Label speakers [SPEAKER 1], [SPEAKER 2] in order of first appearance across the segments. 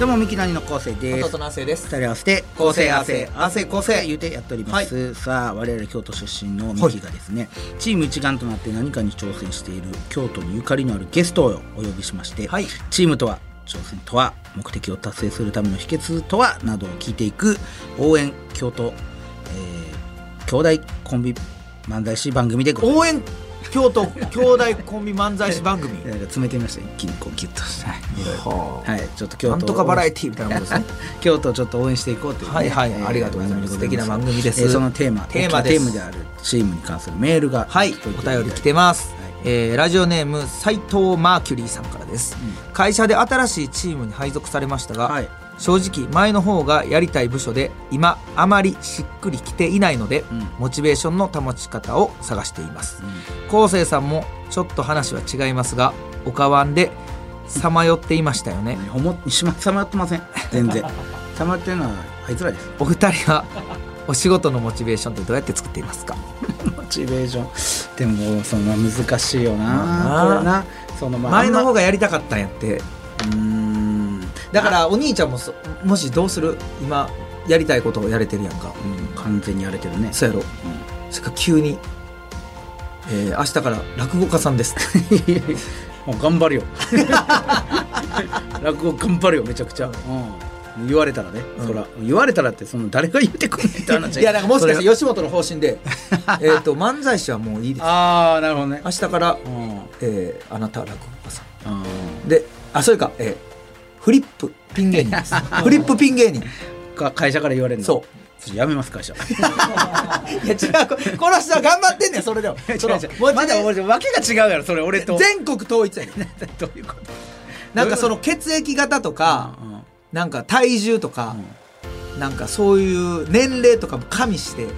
[SPEAKER 1] どうもミキナニの昴生です
[SPEAKER 2] 弟の亜生です
[SPEAKER 1] 二人合わせて構成合わせ合わせ構成言うてやっております、さあ我々京都出身のミキがですね、チーム一丸となって何かに挑戦している京都にゆかりのあるゲストをお呼びしまして、
[SPEAKER 2] はい
[SPEAKER 1] チームとは挑戦とは目的を達成するための秘訣とはなどを聞いていく応援京都、えー兄弟コンビ漫才師番組でございます
[SPEAKER 2] 応援京都 兄弟コンビ漫才師番組
[SPEAKER 1] なんか詰めてみました一気にこうギュッとしたはい
[SPEAKER 2] はあ
[SPEAKER 1] はいちょっと京都
[SPEAKER 2] な
[SPEAKER 1] を
[SPEAKER 2] んとかバラエティーみたいなもんですね
[SPEAKER 1] 京都をちょっと応援していこうというね、
[SPEAKER 2] はいはい
[SPEAKER 1] えー
[SPEAKER 2] ありがとうございます
[SPEAKER 1] 番組でござ
[SPEAKER 2] 素敵な番組です
[SPEAKER 1] えーそのテーマ
[SPEAKER 2] テーマです
[SPEAKER 1] 大きなテーマであるチームに関するメールが
[SPEAKER 2] はい
[SPEAKER 1] 届い
[SPEAKER 2] お便り来てます、
[SPEAKER 1] はい
[SPEAKER 2] えーラジオネーム斎藤マーキュリーさんからです、会社で新しいチームに配属されましたが、
[SPEAKER 1] はい
[SPEAKER 2] 正直前の方がやりたい部署で今あまりしっくりきていないので、
[SPEAKER 1] ん
[SPEAKER 2] モチベーションの保ち方を探しています、昴生さんもちょっと話は違いますがおかわんでさまよっていましたよね、
[SPEAKER 1] 思っしまさまってません全 然さまってるのはあいつらです
[SPEAKER 2] お二人は お仕事のモチベーションってどうやって作っていますか
[SPEAKER 1] モチベーションでもその難しいよ
[SPEAKER 2] まあ
[SPEAKER 1] なこれなそのまあ
[SPEAKER 2] 前の
[SPEAKER 1] あんま
[SPEAKER 2] 方がやりたかったんやって
[SPEAKER 1] うーん
[SPEAKER 2] だからお兄ちゃんもそもしどうする今やりたいことをやれてるやんか
[SPEAKER 1] うん完全にやれてるね
[SPEAKER 2] そうやろそれから急に、えー明日から落語家さんです」
[SPEAKER 1] もう頑張 るよ 落語頑張るよめちゃくちゃ、うん言われたらね、
[SPEAKER 2] うん
[SPEAKER 1] そら言われたらってその誰が言ってくんねんって話
[SPEAKER 2] いやなんかもしかして
[SPEAKER 1] よ
[SPEAKER 2] 吉本の方針 でえっと漫才師はもういいです
[SPEAKER 1] ああなるほどね
[SPEAKER 2] 明日から、
[SPEAKER 1] うん
[SPEAKER 2] えーあなたは落語家さん
[SPEAKER 1] うん
[SPEAKER 2] であそれか、えーフリップピン芸人 ですフリップピン芸人
[SPEAKER 1] か会社から言われるの
[SPEAKER 2] そう
[SPEAKER 1] やめます会社
[SPEAKER 2] いや違うここの人は頑張ってんねんそれ でもそのモチベ
[SPEAKER 1] まだ俺わけが違うやろそれ俺と
[SPEAKER 2] 全国統一やねん
[SPEAKER 1] どういうこと
[SPEAKER 2] なんかその血液型とか、なんか体重とか、なんかそういう年齢とかも加味して、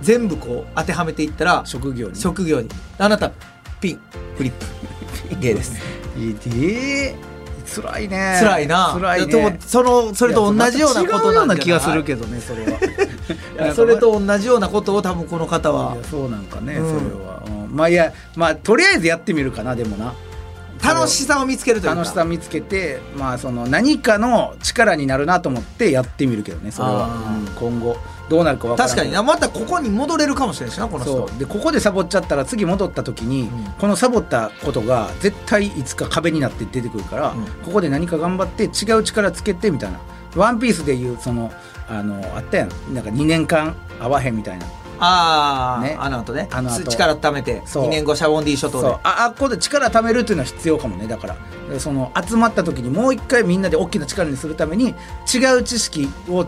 [SPEAKER 2] 全部こう当てはめていったら
[SPEAKER 1] 職業に
[SPEAKER 2] 職業にあなたピンフリッ プ芸です
[SPEAKER 1] え辛いね
[SPEAKER 2] 辛いな
[SPEAKER 1] 辛い
[SPEAKER 2] でも
[SPEAKER 1] ね
[SPEAKER 2] そのそれと同じようなこ
[SPEAKER 1] い
[SPEAKER 2] と
[SPEAKER 1] や
[SPEAKER 2] な
[SPEAKER 1] また
[SPEAKER 2] ん
[SPEAKER 1] 違うような
[SPEAKER 2] じ
[SPEAKER 1] 気
[SPEAKER 2] ゃ
[SPEAKER 1] が
[SPEAKER 2] ない
[SPEAKER 1] するけどねそ れは
[SPEAKER 2] いやそれと同じようなことを多分この方はい
[SPEAKER 1] やそうなんかね、
[SPEAKER 2] うん
[SPEAKER 1] それは、うんまあいやまあとりあえずやってみるかなでもな
[SPEAKER 2] 楽しさを見つけるというか
[SPEAKER 1] 楽しさ見つけてまあその何かの力になるなと思ってやってみるけどねそれは
[SPEAKER 2] あ、
[SPEAKER 1] うん今後どうなるか分から
[SPEAKER 2] 確
[SPEAKER 1] ない
[SPEAKER 2] かになまたここに戻れるかもしれないしなこの人
[SPEAKER 1] そうでここでサボっちゃったら次戻った時に、
[SPEAKER 2] うん
[SPEAKER 1] このサボったことが絶対いつか壁になって出てくるから、
[SPEAKER 2] うん
[SPEAKER 1] ここで何か頑張って違う力つけてみたいな「ワンピースでいうそのあのあったやんなんか2年間会わへんみたいな
[SPEAKER 2] ああ、
[SPEAKER 1] ね
[SPEAKER 2] あの後ね
[SPEAKER 1] あの後
[SPEAKER 2] 力貯めて
[SPEAKER 1] そう
[SPEAKER 2] 2年後シャボンディ諸島
[SPEAKER 1] そ
[SPEAKER 2] で
[SPEAKER 1] うああここで力貯めるっていうのは必要かもねだからその集まった時にもう一回みんなで大きな力にするために違う知識を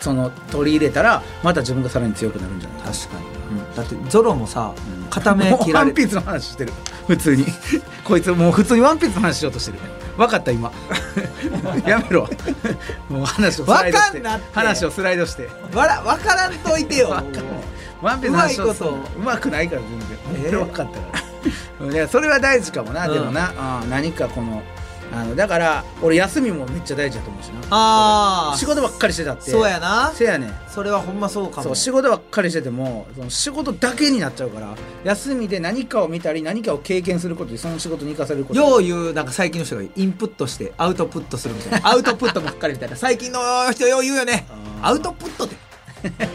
[SPEAKER 1] その取り入れたらまた自分がさらに強くなるんじゃないか
[SPEAKER 2] 確かに、だってゾロもさ、片目
[SPEAKER 1] もう
[SPEAKER 2] 切
[SPEAKER 1] ワ
[SPEAKER 2] られ
[SPEAKER 1] ンピースの話してる普通に こいつもう普通にワンピースの話しようとしてる分かった今 やめろもう話をスライドして
[SPEAKER 2] わかんなって
[SPEAKER 1] 話をスライドして
[SPEAKER 2] わら分からんといてよ
[SPEAKER 1] わかんないワンピースの話をする
[SPEAKER 2] うまいこと
[SPEAKER 1] うまくないから全然本当
[SPEAKER 2] え
[SPEAKER 1] に
[SPEAKER 2] ー
[SPEAKER 1] 分かったから、いやそれは大事かもな、
[SPEAKER 2] うん
[SPEAKER 1] でもなあー何かこのあのだから俺休みもめっちゃ大事だと思うしな
[SPEAKER 2] ああ
[SPEAKER 1] 仕事ばっかりしてたって
[SPEAKER 2] そうやな
[SPEAKER 1] せやねん
[SPEAKER 2] それはほんまそうかも
[SPEAKER 1] そう仕事ばっかりしててもその仕事だけになっちゃうから休みで何かを見たり何かを経験することでその仕事に生かされること
[SPEAKER 2] よう言うなんか最近の人がインプットしてアウトプットするみたいなアウトプットばっかりみたいな最近の人よう言うよね
[SPEAKER 1] あー
[SPEAKER 2] アウトプットって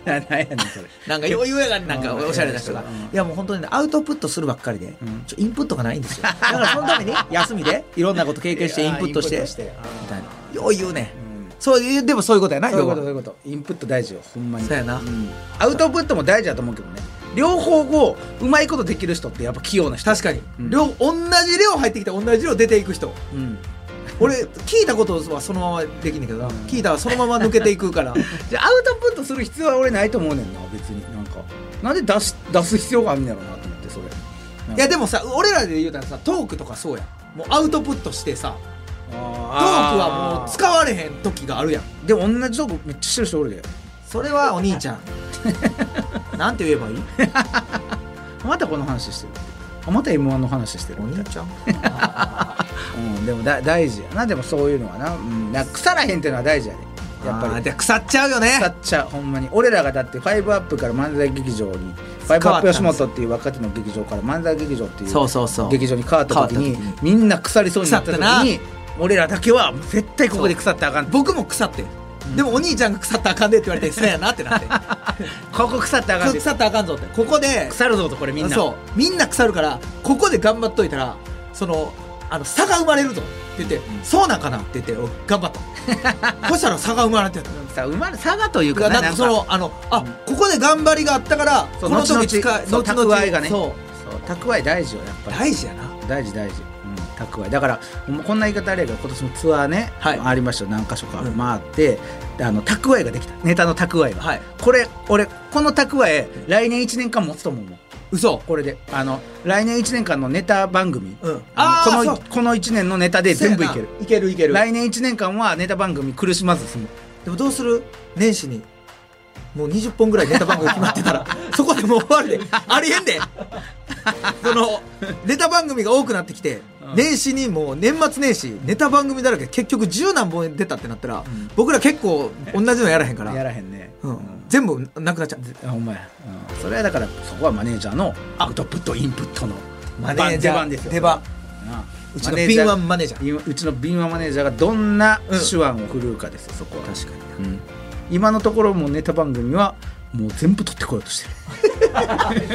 [SPEAKER 1] ななんやねんそれ
[SPEAKER 2] なんかよう言うやがんなんかおしゃれな人が
[SPEAKER 1] うん
[SPEAKER 2] いやもう本当にねアウトプットするばっかりで、
[SPEAKER 1] うん
[SPEAKER 2] ちょインプットがないん ですよだからそのために休みでいろんなこと経験してインプットして
[SPEAKER 1] あーインプット
[SPEAKER 2] み
[SPEAKER 1] してあー
[SPEAKER 2] たいなよう言うね、
[SPEAKER 1] うん
[SPEAKER 2] そういうでもそういうことやな
[SPEAKER 1] そういうことそう
[SPEAKER 2] 要は
[SPEAKER 1] いうことインプット大事よほんまに
[SPEAKER 2] そうやな
[SPEAKER 1] アウトプットも大事だと思うけどね両方をうまいことできる人ってやっぱ器用な人
[SPEAKER 2] 確かに、
[SPEAKER 1] うん
[SPEAKER 2] 量同じ量入ってきて同じ量出ていく 人
[SPEAKER 1] うん
[SPEAKER 2] 俺聞いたことはそのままできんねんけどな、聞いたらそのまま抜けていく から
[SPEAKER 1] じゃあアウトプットする必要は俺ないと思うねんな別になんかなんで出し出す必要があるんやろうなと思ってそれ
[SPEAKER 2] いやでもさ俺らで言うたらさトークとかそうやんもうアウトプットしてさ
[SPEAKER 1] トーク
[SPEAKER 2] トークはもう使われへん時があるやん
[SPEAKER 1] でも同じトークめっちゃしてる人おるで
[SPEAKER 2] それはお兄ちゃんなんて言えばいい
[SPEAKER 1] またこの話してるあまた m 1の話してる
[SPEAKER 2] お
[SPEAKER 1] みた
[SPEAKER 2] 兄
[SPEAKER 1] いな、
[SPEAKER 2] ちゃん
[SPEAKER 1] うん、でもだ大事やなでもそういうのはな,、うん、なんか腐らへんっていうのは大事やでやっぱり
[SPEAKER 2] り腐っちゃうよね
[SPEAKER 1] 腐っちゃうほんまに俺らがだってファイブアップから漫才劇場にファイブアップ吉本っていう若手の劇場から漫才劇場っていう
[SPEAKER 2] そうそうそう
[SPEAKER 1] 劇場に変わった時に
[SPEAKER 2] 変わった
[SPEAKER 1] みんな腐りそうになった時
[SPEAKER 2] 腐っ
[SPEAKER 1] に俺らだけは絶対ここで腐ったらあかんこ
[SPEAKER 2] 僕も腐ってんでもお兄ちゃんが腐ったらあかんでって言われてそうやなって なって
[SPEAKER 1] こ腐ったらあかんって
[SPEAKER 2] 腐ったらあかんぞってここで
[SPEAKER 1] 腐るぞとこれみんな
[SPEAKER 2] そうみんな腐るからここで頑張っといたらそのあの差が生まれるぞって言って、そうなんかなって言って俺頑張っ たそしたら差が生まれてた
[SPEAKER 1] さ生まれ差がという
[SPEAKER 2] だか
[SPEAKER 1] からな
[SPEAKER 2] なんか
[SPEAKER 1] な
[SPEAKER 2] そ
[SPEAKER 1] んか
[SPEAKER 2] のあのあここで頑張りがあったから
[SPEAKER 1] そ
[SPEAKER 2] こ
[SPEAKER 1] う
[SPEAKER 2] の時
[SPEAKER 1] 後々そう蓄えがね
[SPEAKER 2] そう
[SPEAKER 1] そう蓄え大事よやっぱり
[SPEAKER 2] 大事やな
[SPEAKER 1] 大事大事、うん、蓄えだからほんまこんな言い方あれやけど今年もツアーね、
[SPEAKER 2] はい
[SPEAKER 1] ありましたよ何か所か
[SPEAKER 2] うん
[SPEAKER 1] 回って、であの蓄えができたネタの蓄えが、
[SPEAKER 2] はい
[SPEAKER 1] これ俺この蓄え来年1年間持つと思うもん
[SPEAKER 2] 嘘
[SPEAKER 1] これであの来年1年間のネタ番組、
[SPEAKER 2] うん
[SPEAKER 1] あの
[SPEAKER 2] あー
[SPEAKER 1] この
[SPEAKER 2] そう
[SPEAKER 1] この1年のネタで全部いける
[SPEAKER 2] いけるいける
[SPEAKER 1] 来年1年間はネタ番組苦しまず済む
[SPEAKER 2] でもどうする年始にもう20本ぐらいネタ番組決まって たらそこでもう終わるでありえんでそのネタ番組が多くなってきて、
[SPEAKER 1] うん
[SPEAKER 2] 年始にもう年末年始ネタ番組だらけ結局十何本出たってなったら、僕ら結構同じのやらへんから
[SPEAKER 1] やらへんね、
[SPEAKER 2] う
[SPEAKER 1] うんん
[SPEAKER 2] 全部なくなっちゃう
[SPEAKER 1] ほんまや、うん、それはだからそこはマネージャーのアウトプットインプットの
[SPEAKER 2] マネージャー
[SPEAKER 1] 出番ですよ
[SPEAKER 2] 出番
[SPEAKER 1] な
[SPEAKER 2] うちの
[SPEAKER 1] マネージャー
[SPEAKER 2] 敏腕マネージャー
[SPEAKER 1] 今うちの敏腕マネージャーがどんな
[SPEAKER 2] うん
[SPEAKER 1] 手腕を振るうかですよそこは
[SPEAKER 2] 確かに
[SPEAKER 1] うん今のところもうネタ番組はもう全部取ってこようとし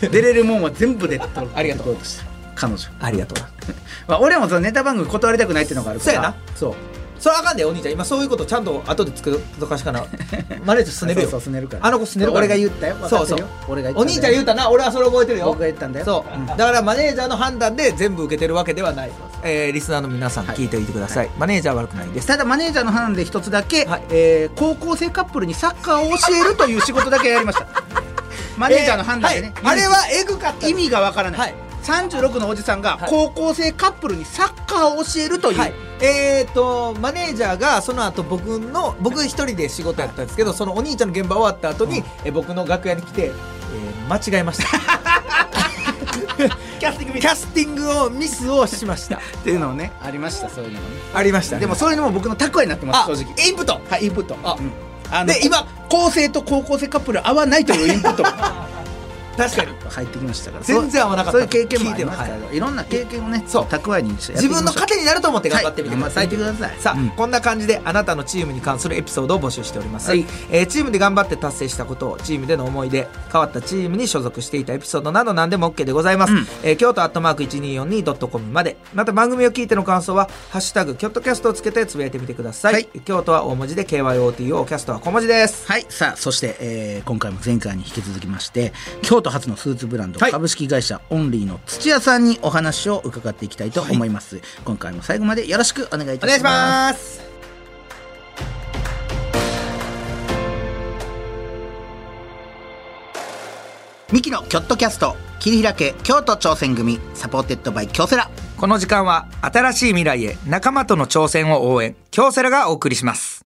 [SPEAKER 1] て る出れるもんは全部で取って
[SPEAKER 2] ありがとう
[SPEAKER 1] こようとしてる彼女、
[SPEAKER 2] ありがとう
[SPEAKER 1] まあ、俺もそのネタ番組断りたくないっていうのがあるから
[SPEAKER 2] そうやな
[SPEAKER 1] そう
[SPEAKER 2] それあかんでお兄ちゃん今そういうことちゃんと後で作っとかし かなマネージャー
[SPEAKER 1] す
[SPEAKER 2] すねるよ
[SPEAKER 1] そうそうすねるから
[SPEAKER 2] あの子すねるから
[SPEAKER 1] 俺が言ったよ分か
[SPEAKER 2] そ
[SPEAKER 1] っ
[SPEAKER 2] う
[SPEAKER 1] て
[SPEAKER 2] そう
[SPEAKER 1] るよ俺が言った
[SPEAKER 2] お兄ちゃん言うたな俺はそれ覚えてるよ
[SPEAKER 1] 僕が言ったんだよ
[SPEAKER 2] そう、
[SPEAKER 1] うん
[SPEAKER 2] だからマネージャーの判断で全部受けてるわけではないえーリスナーの皆さん
[SPEAKER 1] はい
[SPEAKER 2] 聞いておいてください、マネージャーは悪くないです
[SPEAKER 1] ただマネージャーの班で一つだけ、
[SPEAKER 2] はい
[SPEAKER 1] えー高校生カップルにサッカーを教えるという仕事だけやり ましたマネージャーの判断でね、
[SPEAKER 2] えーはいあれはエグかった
[SPEAKER 1] 意味がわからない、
[SPEAKER 2] はい
[SPEAKER 1] 36のおじさんが
[SPEAKER 2] はい
[SPEAKER 1] 高校生カップルにサッカーを教えるという、
[SPEAKER 2] はいえー、とマネージャーがその後僕の僕一人で仕事やったんですけどそのお兄ちゃんの現場終わった後に、
[SPEAKER 1] うん
[SPEAKER 2] えー僕の楽屋に来て、えー間違えました
[SPEAKER 1] キャスティングミ
[SPEAKER 2] キャスティングをミスをしました
[SPEAKER 1] スっていうのをねありましたそういうのがね
[SPEAKER 2] ありましたね
[SPEAKER 1] でもそういうのも僕の蓄えになってま
[SPEAKER 2] あ
[SPEAKER 1] す正直
[SPEAKER 2] インプット
[SPEAKER 1] はいインプット
[SPEAKER 2] あ
[SPEAKER 1] うんあ
[SPEAKER 2] で今
[SPEAKER 1] 高生と高校生カップル合わないというインプットが
[SPEAKER 2] 確かに
[SPEAKER 1] 入ってきましたから
[SPEAKER 2] 全然合わなかっ
[SPEAKER 1] そ
[SPEAKER 2] た
[SPEAKER 1] ういう経験もありますから、
[SPEAKER 2] 聞いても
[SPEAKER 1] い、ろんな経験をね
[SPEAKER 2] そう
[SPEAKER 1] 蓄えにしてやって
[SPEAKER 2] 自
[SPEAKER 1] いきましょう
[SPEAKER 2] 分の糧になると思って頑張ってみてください,、
[SPEAKER 1] はい頑張ってみてください
[SPEAKER 2] さあ、
[SPEAKER 1] うん
[SPEAKER 2] こんな感じであなたのチームに関するエピソードを募集しております、
[SPEAKER 1] はい
[SPEAKER 2] えーチームで頑張って達成したことチームでの思い出変わったチームに所属していたエピソードなど何でも OK でございます、
[SPEAKER 1] うん
[SPEAKER 2] えー京都アットマーク 1242.com までまた番組を聞いての感想は「ハッシュタグキョットキャスト」をつけてつぶやいてみてください、
[SPEAKER 1] はい
[SPEAKER 2] 京都は大文字で KYOTO キャストは小文字です
[SPEAKER 1] はい。さあ、そして、えー今回も前回に引き続きまして、京都発のスーツブランド、
[SPEAKER 2] はい
[SPEAKER 1] 株式会社オンリーの土屋さんにお話を伺っていきたいと思います。今回も最後までよろしくお願いい
[SPEAKER 2] お
[SPEAKER 1] た
[SPEAKER 2] 願
[SPEAKER 1] し
[SPEAKER 2] いし
[SPEAKER 1] ます。
[SPEAKER 2] ます
[SPEAKER 1] ミキのキョットキャスト、切り開け京都挑戦組、サポーテッドバイ京セラ。
[SPEAKER 2] この時間は新しい未来へ仲間との挑戦を応援京セラがお送りします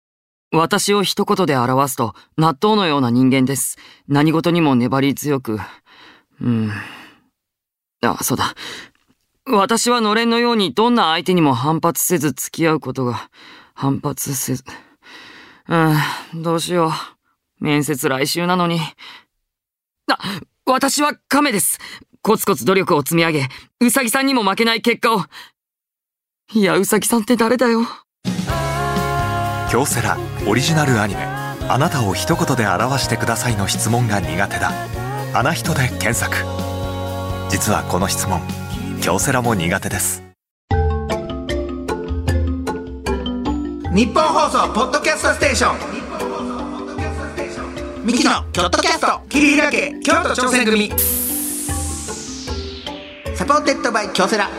[SPEAKER 3] 私を一言で表すと、納豆のような人間です。何事にも粘り強く。うん。あ、そうだ。私はのれんのようにどんな相手にも反発せず付き合うことが、反発せず。うん、どうしよう。面接来週なのに。あ、私は亀です。コツコツ努力を積み上げ、うさぎさんにも負けない結果を。いや、うさぎさんって誰だよ。
[SPEAKER 4] 京セラオリジナルアニメ「あなたを一言で表してください」の質問が苦手だ「あな人」で検索実はこの質問京セラも苦手です
[SPEAKER 2] 日本放送ポッドキャストステーションミキのキョットキャスト切り開け京都挑戦組
[SPEAKER 1] サポーテッドバイ京セラ。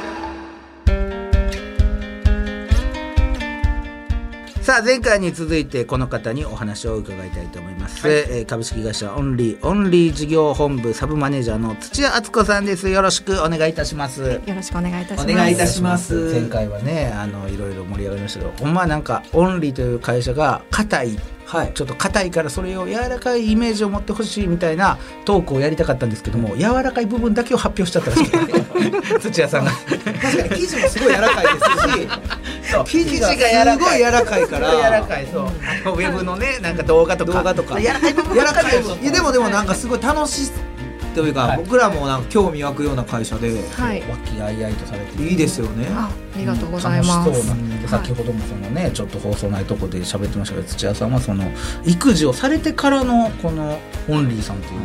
[SPEAKER 1] さあ前回に続いてこの方にお話を伺いたいと思います、えー株式会社オンリーオンリー事業本部サブマネージャーの土屋敦子さんですよろしくお願いいたします
[SPEAKER 5] よろしくお願いいたします。
[SPEAKER 2] お願いいたします
[SPEAKER 1] 前回はねあのいろいろ盛り上がりましたけどほんまなんかオンリーという会社が硬い
[SPEAKER 2] はい
[SPEAKER 1] ちょっと硬いからそれを柔らかいイメージを持ってほしいみたいなトークをやりたかったんですけども柔らかい部分だけを発表しちゃったらし くて土屋さんが
[SPEAKER 2] 確かに生地もすごい柔らかいですし生地が
[SPEAKER 1] 生地が柔らかい
[SPEAKER 2] すごい柔らかいから
[SPEAKER 1] 柔らかいそうあのウェブのねなんか動画とか
[SPEAKER 2] 動画とか
[SPEAKER 1] 柔らかい部分
[SPEAKER 2] 柔らかいいやでもでもなん
[SPEAKER 1] か
[SPEAKER 2] かすごい楽しいというか、僕らもなんか興味湧くような会社で
[SPEAKER 5] はい。
[SPEAKER 1] 和気あいあいとされて
[SPEAKER 2] いいですよね
[SPEAKER 5] あ、ありがとうございます。
[SPEAKER 1] 楽しそうなんで先ほどもそのねちょっと放送ないとこで喋ってましたけど土屋さんはその育児をされてからのこのオンリーさんっていう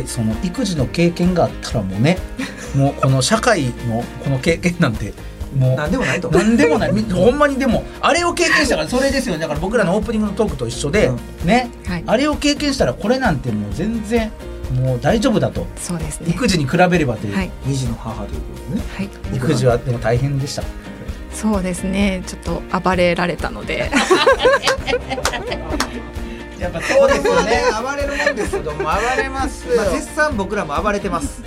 [SPEAKER 1] のでその育児の経験があったらもう ねもうこの社会のこの経験なんてもう
[SPEAKER 2] なんでもないと思う
[SPEAKER 1] 何でもないみほんまにでもあれを経験したからそれですよねだから僕らのオープニングのトークと一緒で、
[SPEAKER 2] うん
[SPEAKER 1] ね
[SPEAKER 5] はい。
[SPEAKER 1] あれを経験したらこれなんてもう全然もう大丈夫だと
[SPEAKER 5] そうですね。
[SPEAKER 1] 育児に比べればという、
[SPEAKER 5] はい。
[SPEAKER 2] 二児の母ということでね
[SPEAKER 5] はい。
[SPEAKER 1] 育児はでも大変でした
[SPEAKER 5] そうですね。ちょっと暴れられた ので。
[SPEAKER 1] やっぱそうです よね
[SPEAKER 2] 暴れるもんですけども暴れ ますまあ、絶賛僕らも暴れて ます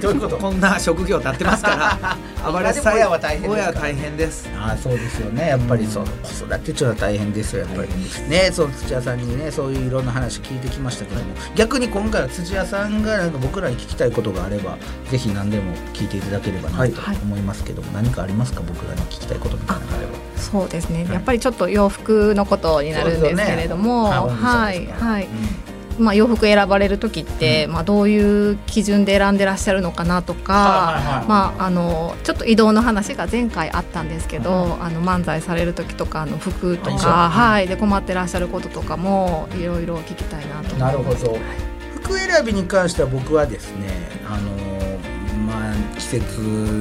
[SPEAKER 1] どういうこと
[SPEAKER 2] こんな職業立ってます から暴れさえ
[SPEAKER 1] 親は大変ですから
[SPEAKER 2] 親は大変です
[SPEAKER 1] ああそうですよねやっぱりその子育てっていうのは大変ですよやっぱりねその土屋さんにねそういういろんな話聞いてきましたけども逆に今回は土屋さんがなんか僕らに聞きたいことがあればぜひ何でも聞いていただければなと
[SPEAKER 5] はい
[SPEAKER 1] 思いますけども、何かありますか僕らに聞きたいことみたいなのがあれば
[SPEAKER 5] そうですね。やっぱりちょっと洋服のことになるんですけれども、
[SPEAKER 1] そうですよね
[SPEAKER 5] は
[SPEAKER 1] 青
[SPEAKER 5] い
[SPEAKER 1] 森さんですから
[SPEAKER 5] はい。まあ洋服選ばれる時って、まあどういう基準で選んでらっしゃるのかなとか。まあ、あのちょっと移動の話が前回あったんですけど、あの漫才される時とかあの服と
[SPEAKER 1] あそう
[SPEAKER 5] か、はい、で困ってらっしゃることとかもいろいろ聞きたいなと思います
[SPEAKER 1] なるほど服選びに関しては僕はですねあのーまあ季節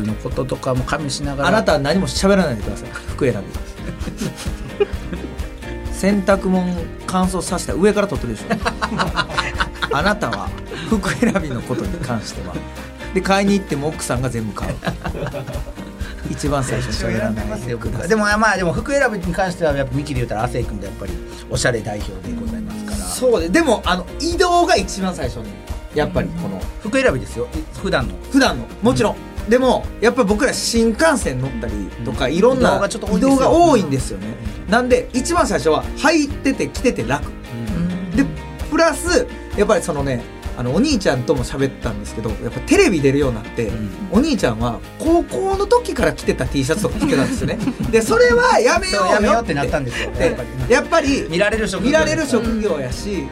[SPEAKER 1] のこととかも加味しながら
[SPEAKER 2] あなたは何も喋らないでください服選びです洗濯物乾燥させたら上から取っ てるでしょあなたは服選びのことに関してはで買いに行っても奥さんが全部買う一番最初に喋らないでください
[SPEAKER 1] でもまあでも服選びに関してはやっぱミキで言ったら亜生君がやっぱりおしゃれ代表でございますから
[SPEAKER 2] そうででもあの移動が一番最初にやっぱりこの
[SPEAKER 1] 服選びですよい普段の
[SPEAKER 2] 普段のもちろん、でもやっぱり僕ら新幹線乗ったりとか、
[SPEAKER 1] うん
[SPEAKER 2] いろん
[SPEAKER 1] 移動
[SPEAKER 2] な
[SPEAKER 1] がちょっと多いん
[SPEAKER 2] 移
[SPEAKER 1] ですよ
[SPEAKER 2] 動が多いんですよね、なんで一番最初は入ってて着てて楽でプラスやっぱりそのねあのお兄ちゃんとも喋ったんですけどやっぱテレビ出るようになって、
[SPEAKER 1] ん
[SPEAKER 2] お兄ちゃんは高校の時から着てた T シャツとか着てたんで すよねでそれはやめよ
[SPEAKER 1] そう
[SPEAKER 2] うよ
[SPEAKER 1] やめようってなったんですよやっぱり
[SPEAKER 2] でやっぱり
[SPEAKER 1] 見られる職業
[SPEAKER 2] 見られる職業やし、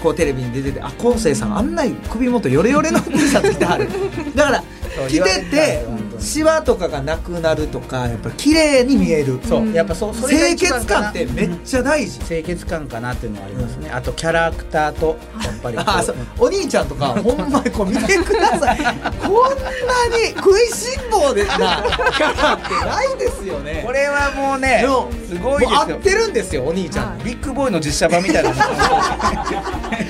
[SPEAKER 2] こうテレビに出ててあ昴生さんあんな首元ヨレヨレの T シャツ着てはるだから
[SPEAKER 1] そう
[SPEAKER 2] 着
[SPEAKER 1] 言われ
[SPEAKER 2] て
[SPEAKER 1] てた
[SPEAKER 2] て
[SPEAKER 1] 本当に
[SPEAKER 2] シワとかがなくなるとかやっぱ綺麗に見える、
[SPEAKER 1] そう、
[SPEAKER 5] うん
[SPEAKER 1] やっぱそうそれが
[SPEAKER 2] 清
[SPEAKER 1] 一番
[SPEAKER 2] 潔
[SPEAKER 1] かな
[SPEAKER 2] 感ってめっちゃ大事、
[SPEAKER 1] 清潔感かなっていうのはありますね、あとキャラクターとやっぱりこう
[SPEAKER 2] あそうお兄ちゃんと か ほんまにこう見てください こんなに食いしん坊でなキャラってないですよね
[SPEAKER 1] これはもうね
[SPEAKER 2] もう
[SPEAKER 1] すごいです
[SPEAKER 2] もう合
[SPEAKER 1] よ
[SPEAKER 2] ってるんですよお兄ちゃんに
[SPEAKER 1] ビッグボーイの実写版みたいな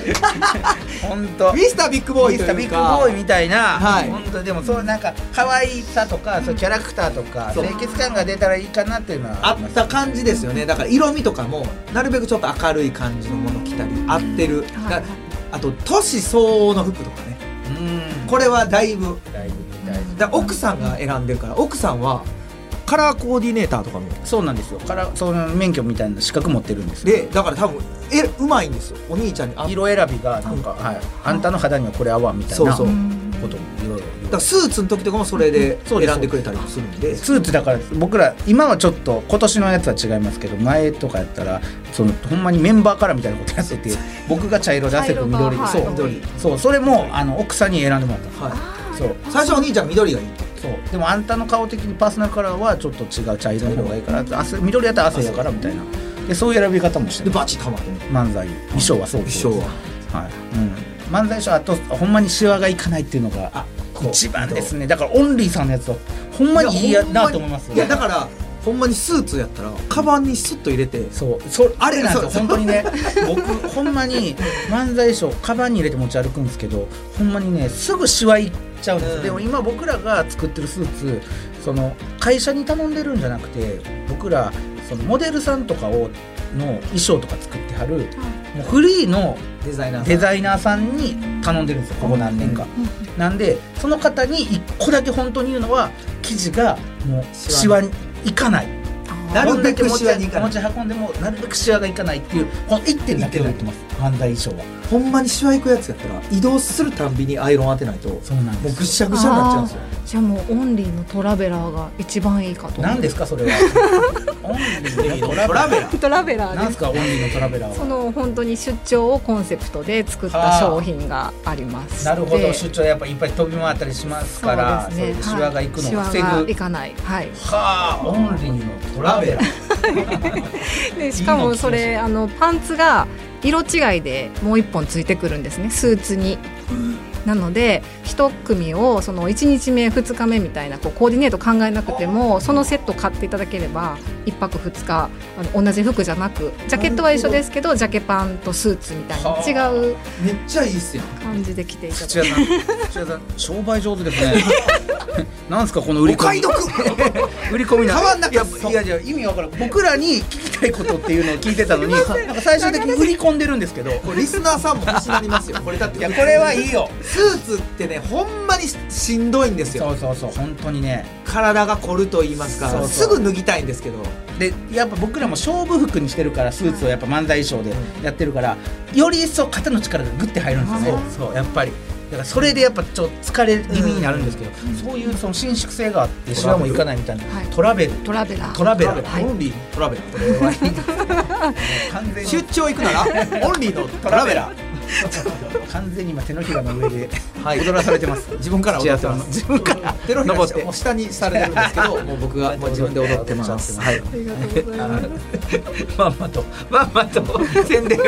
[SPEAKER 1] 本当
[SPEAKER 2] ミスタービッグボーイというか
[SPEAKER 1] ミスタービッグボーイみたいな、
[SPEAKER 2] はい
[SPEAKER 1] 本当でもそうなんか可愛さとか、そうキャラクターとか
[SPEAKER 2] そう
[SPEAKER 1] 清潔感が出たらいいかなっていうのは
[SPEAKER 2] あ
[SPEAKER 1] りま
[SPEAKER 2] っ
[SPEAKER 1] す
[SPEAKER 2] た感じですよねだから色味とかもなるべくちょっと明るい感じのもの着たり合ってる、だあと年相応の服とかね
[SPEAKER 1] うん
[SPEAKER 2] これはだいぶ
[SPEAKER 1] だいぶ大事
[SPEAKER 2] だ奥さんが選んでるから奥さんはカラーコーディネーターとかも
[SPEAKER 1] そうなんですよからその免許みたいな資格持ってるんですよ
[SPEAKER 2] でだから多分えうまいんですよお兄ちゃんにあだか
[SPEAKER 1] 色選びがなんか、はい、あんたの肌にはこれ合わんみたいな
[SPEAKER 2] そうそう
[SPEAKER 1] こともいろいろ
[SPEAKER 2] らスーツの時とかもそれで
[SPEAKER 1] そうです
[SPEAKER 2] 選んでくれたりもするんで
[SPEAKER 1] スーツだから僕ら今はちょっと今年のやつは違いますけど前とかやったらそのほんまにメンバーからみたいなことやってて僕が茶色で汗と緑で
[SPEAKER 5] 茶
[SPEAKER 1] そ
[SPEAKER 5] 色
[SPEAKER 1] う
[SPEAKER 5] がはい
[SPEAKER 2] 緑
[SPEAKER 1] そうそれもあの奥さんに選んでもらったんです
[SPEAKER 2] はい、
[SPEAKER 1] そう
[SPEAKER 2] 最初お兄ちゃん緑がいいって
[SPEAKER 1] そうでもあんたの顔的にパーソナルカラーはちょっと違う茶色の方がいいから汗緑やったら汗やからみたいなでそういう選び方もして
[SPEAKER 2] で
[SPEAKER 1] る
[SPEAKER 2] バチッとはまってね
[SPEAKER 1] 漫才衣装はそうです
[SPEAKER 2] 衣装は
[SPEAKER 1] はいうん、漫才師はあとほんまにシワがいかないっていうのが
[SPEAKER 2] あ
[SPEAKER 1] 一番ですねだからオンリーさんのやつはほんまにいいやなと思います
[SPEAKER 2] いやだからほんまにスーツやったらカバンにスッと入れて
[SPEAKER 1] そう、そあ
[SPEAKER 2] あれ
[SPEAKER 1] れなんですよ、
[SPEAKER 2] そう
[SPEAKER 1] 本当にね、僕、ほんまに漫才師をカバンに入れて持ち歩くんですけど、ほんまにね、すぐしわいっちゃうんですよ、
[SPEAKER 2] うん
[SPEAKER 1] でも今、僕らが作ってるスーツ、その会社に頼んでるんじゃなくて、僕ら、そのモデルさんとかをの衣装とか作ってはる、もうフリーの
[SPEAKER 2] デザイナーさん
[SPEAKER 1] デザイナーさんに頼んでるんですよ、ここ何年か。なんで、その方に一個だけ本当に言うのは、生地がもうしわにいかない。
[SPEAKER 2] なるべく
[SPEAKER 1] 持
[SPEAKER 2] シ
[SPEAKER 1] ち
[SPEAKER 2] ワにいかない
[SPEAKER 1] 持ち運んでもなるべくシワがいかないっていうこの1点だけでやってます犯罪衣装は
[SPEAKER 2] ほんまにシワ行くやつやったら移動するたんびにアイロン当てないとも
[SPEAKER 1] そうなん
[SPEAKER 2] う
[SPEAKER 1] で
[SPEAKER 2] ぐっ
[SPEAKER 1] す
[SPEAKER 2] しゃぐしゃになっちゃうんですよ
[SPEAKER 5] じゃあもうオンリーのトラベラーが一番いいかと思
[SPEAKER 1] 何
[SPEAKER 5] う
[SPEAKER 1] ですかそれはオンリーのトラ ベラー
[SPEAKER 5] トラベラ
[SPEAKER 1] 何
[SPEAKER 5] ー
[SPEAKER 1] で
[SPEAKER 5] です
[SPEAKER 1] かオンリーのトラベラー
[SPEAKER 5] そ
[SPEAKER 1] は
[SPEAKER 5] の本当に出張をコンセプトで作った商品があります
[SPEAKER 1] なるほど
[SPEAKER 5] で
[SPEAKER 1] 出張やっぱいっぱい飛び回ったりします
[SPEAKER 5] そ
[SPEAKER 1] か
[SPEAKER 5] う
[SPEAKER 1] ら
[SPEAKER 5] ですね
[SPEAKER 1] それでシワが行くのを防ぐ、
[SPEAKER 5] はいシワが
[SPEAKER 1] はい
[SPEAKER 5] かないはい
[SPEAKER 1] あオンリーのトラベラー
[SPEAKER 5] でしかもそ
[SPEAKER 1] いい
[SPEAKER 5] れあのパンツが色違いでもう一本ついてくるんですねスーツに。なので一組をその1日目2日目みたいなこうコーディネート考えなくてもそのセット買っていただければ1泊2日あの同じ服じゃなくジャケットは一緒ですけどジャケパンとスーツみたい
[SPEAKER 1] はあ
[SPEAKER 5] な違う
[SPEAKER 2] めっちゃいいっすよ
[SPEAKER 5] 感じで着ていただ
[SPEAKER 1] 土屋さん土屋さん商売上手ですね なんですかこの売り込み
[SPEAKER 2] お買 い得
[SPEAKER 1] 売り込みな
[SPEAKER 2] 変わんなかっ
[SPEAKER 1] い
[SPEAKER 2] た
[SPEAKER 1] やいやいや意味わからん僕らに聞きたいことっていうのを聞いてたのに なんか最終的に売り込んでるんですけど
[SPEAKER 2] これリスナーさんも欲しなりますよこれだって
[SPEAKER 1] いやこれはいいよ
[SPEAKER 2] スーツってねほんまにしんどいんですよ
[SPEAKER 1] そうそうそう本当にね
[SPEAKER 2] 体が凝ると言いますか
[SPEAKER 1] そうそう
[SPEAKER 2] すぐ脱ぎたいんですけど
[SPEAKER 1] でやっぱ僕らも勝負服にしてるからスーツをやっぱ漫才衣装でやってるからより一層肩の力がグッて入るんですよねそうやっぱりだからそれでやっぱちょっと疲れ気味になるんですけど、そういうその伸縮性があってシワもいかないみたいな、
[SPEAKER 5] はい
[SPEAKER 1] トラベル
[SPEAKER 5] トラベラー
[SPEAKER 1] トラベラー
[SPEAKER 5] はい
[SPEAKER 2] オンリートラベラー
[SPEAKER 1] 完全に
[SPEAKER 2] 出張行くな らオンリーのトラベラー
[SPEAKER 1] 完全に今手のひらの上 で
[SPEAKER 2] はい
[SPEAKER 1] 踊らされてます
[SPEAKER 2] 自分から踊ってます
[SPEAKER 1] 自分から
[SPEAKER 2] 手のひら
[SPEAKER 1] 登って
[SPEAKER 2] もう下にされてるんですけ どもう僕がもう自分で踊ってます はい
[SPEAKER 5] ありがとうございます
[SPEAKER 1] まんまと まんまと宣 伝を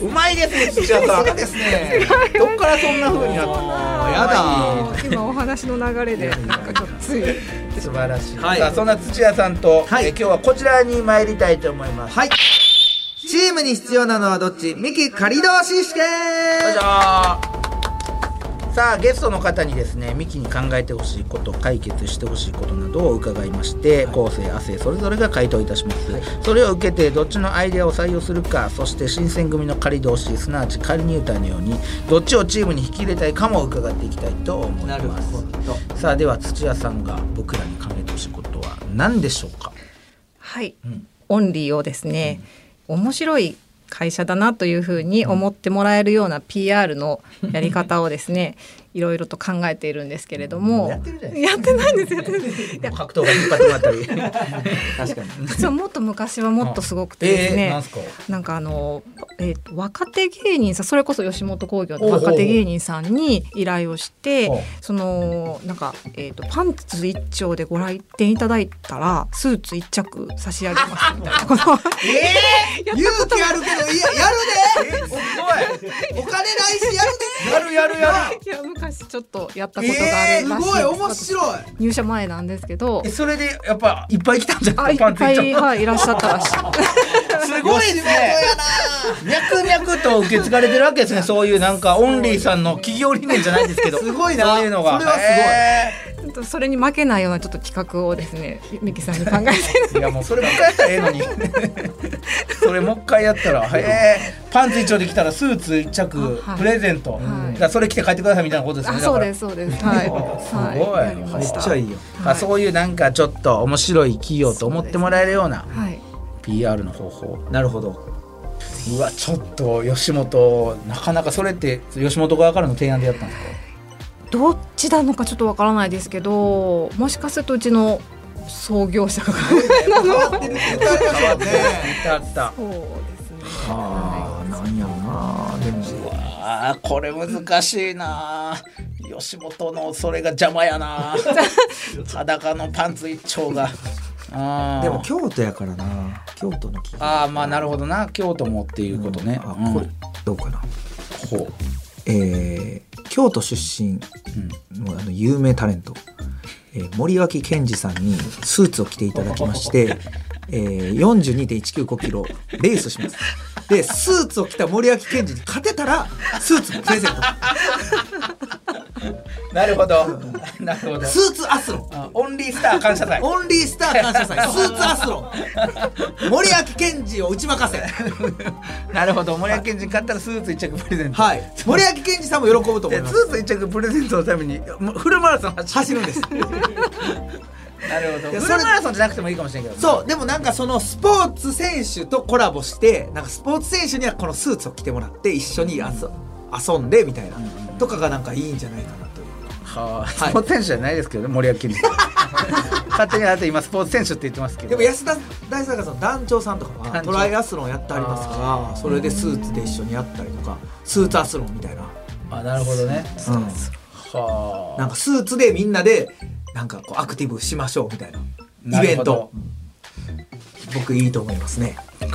[SPEAKER 1] うまいですね土屋さん
[SPEAKER 2] ですねどっからそんな風になったやだ
[SPEAKER 5] 今お話の流れでなんかちょっとつい
[SPEAKER 1] 素晴らしい、
[SPEAKER 2] はい
[SPEAKER 1] さあそんな土屋さんと、
[SPEAKER 2] はい
[SPEAKER 1] えー今日はこちらに参りたいと思います、
[SPEAKER 2] はい。チームに必要なのはどっちミキ仮同士試験
[SPEAKER 1] よいしょーさあゲストの方にですねミキに考えてほしいこと解決してほしいことなどを伺いまして後世亜生それぞれが回答いたします、それを受けてどっちのアイデアを採用するかそして新選組の仮同士すなわち仮入隊のようにどっちをチームに引き入れたいかも伺っていきたいと思います
[SPEAKER 2] ど。
[SPEAKER 1] さあでは土屋さんが僕らに考えてほしいことは何でしょうか
[SPEAKER 5] はい、オンリーをですね、面白い会社だなというふうに思ってもらえるような PR のやり方をですねいろいろと考えているんですけれども
[SPEAKER 1] やってるじゃない
[SPEAKER 5] やってない んですやってないんですいや
[SPEAKER 1] 格闘が引っ張ってもらったり
[SPEAKER 2] 確かに。
[SPEAKER 5] 実はもっと昔はもっとすごくてです
[SPEAKER 1] え
[SPEAKER 5] ね、
[SPEAKER 1] ーなんすか
[SPEAKER 5] なんかあの、えー若手芸人さんそれこそ吉本興業の若手芸人さんに依頼をして
[SPEAKER 1] おうおう
[SPEAKER 5] そのなんか、えー、とパンツ一丁でご来店いただいたらスーツ一着差し上げますみたいなことを
[SPEAKER 2] えー、勇気あるけど、いや、やる でお金ないし、やるでやるやるや
[SPEAKER 5] いや昔ちょっとやったことがあ
[SPEAKER 2] え
[SPEAKER 5] る
[SPEAKER 2] ー、
[SPEAKER 5] ら
[SPEAKER 2] す
[SPEAKER 5] しい
[SPEAKER 2] ごい、
[SPEAKER 5] です
[SPEAKER 2] 面白い
[SPEAKER 5] 入社前なんですけど
[SPEAKER 1] えそれでやっぱいっぱい来たんじゃ
[SPEAKER 5] あ
[SPEAKER 1] ない
[SPEAKER 5] いっ
[SPEAKER 1] パンツ
[SPEAKER 5] ぱ
[SPEAKER 1] いっちゃ
[SPEAKER 5] い、はい、いらっしゃったらしい
[SPEAKER 1] すごいですね脈々と受け継がれてるわけですねそういうなんかオンリーさんの企業理念じゃないですけど
[SPEAKER 2] すごいな
[SPEAKER 1] そういうのが
[SPEAKER 2] それはすごい
[SPEAKER 1] へ
[SPEAKER 5] ちょっとそれに負けないようなちょっと企画をですねミキさんに考えて
[SPEAKER 1] ーいやもうそれもう一回やったらええ のにそれもう一回やったらへえパンツ一丁できたらスーツ一着
[SPEAKER 5] あはい
[SPEAKER 1] プレゼント、
[SPEAKER 5] はい
[SPEAKER 1] だからそれ着て帰ってくださいみたいなことですよ
[SPEAKER 5] あ
[SPEAKER 1] ねだ
[SPEAKER 5] そ
[SPEAKER 1] か
[SPEAKER 5] う
[SPEAKER 1] ら
[SPEAKER 5] ですそうですはい、はい、やりました
[SPEAKER 2] いいよ。
[SPEAKER 1] あそういうなんかちょっと面白い企業と思ってもらえるような
[SPEAKER 5] はい、
[SPEAKER 1] PR の方法
[SPEAKER 2] なるほど。
[SPEAKER 1] うわちょっと吉本なかなかそれって吉本側からの提案でやったんですか
[SPEAKER 5] どっちなのかちょっとわからないですけどもしかするとうちの創業者が
[SPEAKER 2] 変わってるって歌いましょうね。
[SPEAKER 1] あった
[SPEAKER 5] そうですね
[SPEAKER 2] ああ、なんやろうな。でも、
[SPEAKER 1] あーこれ難しいな吉本のそれが邪魔やな裸のパンツ一丁があー
[SPEAKER 2] でも京都やからな。京都の企業。
[SPEAKER 1] あーまあなるほどな京都もっていうことね、
[SPEAKER 2] あ
[SPEAKER 1] うん
[SPEAKER 2] これ、どうかな。
[SPEAKER 1] ほう
[SPEAKER 2] えー京都出身のあの有名タレント、えー森脇健児さんにスーツを着ていただき まして、えー、42.195キロレースしますでスーツを着た森脇健児に勝てたらスーツもプレゼント
[SPEAKER 1] なるほどなるほ ど
[SPEAKER 2] スーツアスロン
[SPEAKER 1] あオンリースター感謝祭
[SPEAKER 2] オンリースター感謝 祭スーツアスロン森脇健児を打ち負かせ
[SPEAKER 1] なるほど森脇健児買ったらスーツ一着プレゼント
[SPEAKER 2] はい森脇健児さんも喜ぶと思い
[SPEAKER 1] で
[SPEAKER 2] ま
[SPEAKER 1] ス
[SPEAKER 2] す
[SPEAKER 1] ーツ一着プレゼントのためにもうフルマラソン走る
[SPEAKER 2] 走るんです
[SPEAKER 1] なるほ
[SPEAKER 2] い
[SPEAKER 1] フ
[SPEAKER 2] やそれ
[SPEAKER 1] ルマラソンじゃなくてもいいかもしれないけど
[SPEAKER 2] そうでもなんかそのスポーツ選手とコラボしてなんかスポーツ選手にはこのスーツを着てもらって一緒にあそ遊んでみたいなとかがなんかいいんじゃないかなという
[SPEAKER 1] はあ、
[SPEAKER 2] はい
[SPEAKER 1] スポーツ選手じゃないですけどね森脇健児さん勝手にあなた今スポーツ選手って言ってますけど
[SPEAKER 2] でも安田大作さん団長さんとかは
[SPEAKER 1] 団長
[SPEAKER 2] トライアスロンやってありますからそれでスーツで一緒にやったりとかスーツアスロンみたいな、
[SPEAKER 1] あなるほどね
[SPEAKER 2] うん
[SPEAKER 1] は
[SPEAKER 2] なんかスーツでみんなでなんかこうアクティブしましょうみたいな
[SPEAKER 1] な
[SPEAKER 2] イベ
[SPEAKER 1] る
[SPEAKER 2] ン
[SPEAKER 1] ほ
[SPEAKER 2] ト
[SPEAKER 1] ど
[SPEAKER 2] 僕いいと思いますね
[SPEAKER 1] あ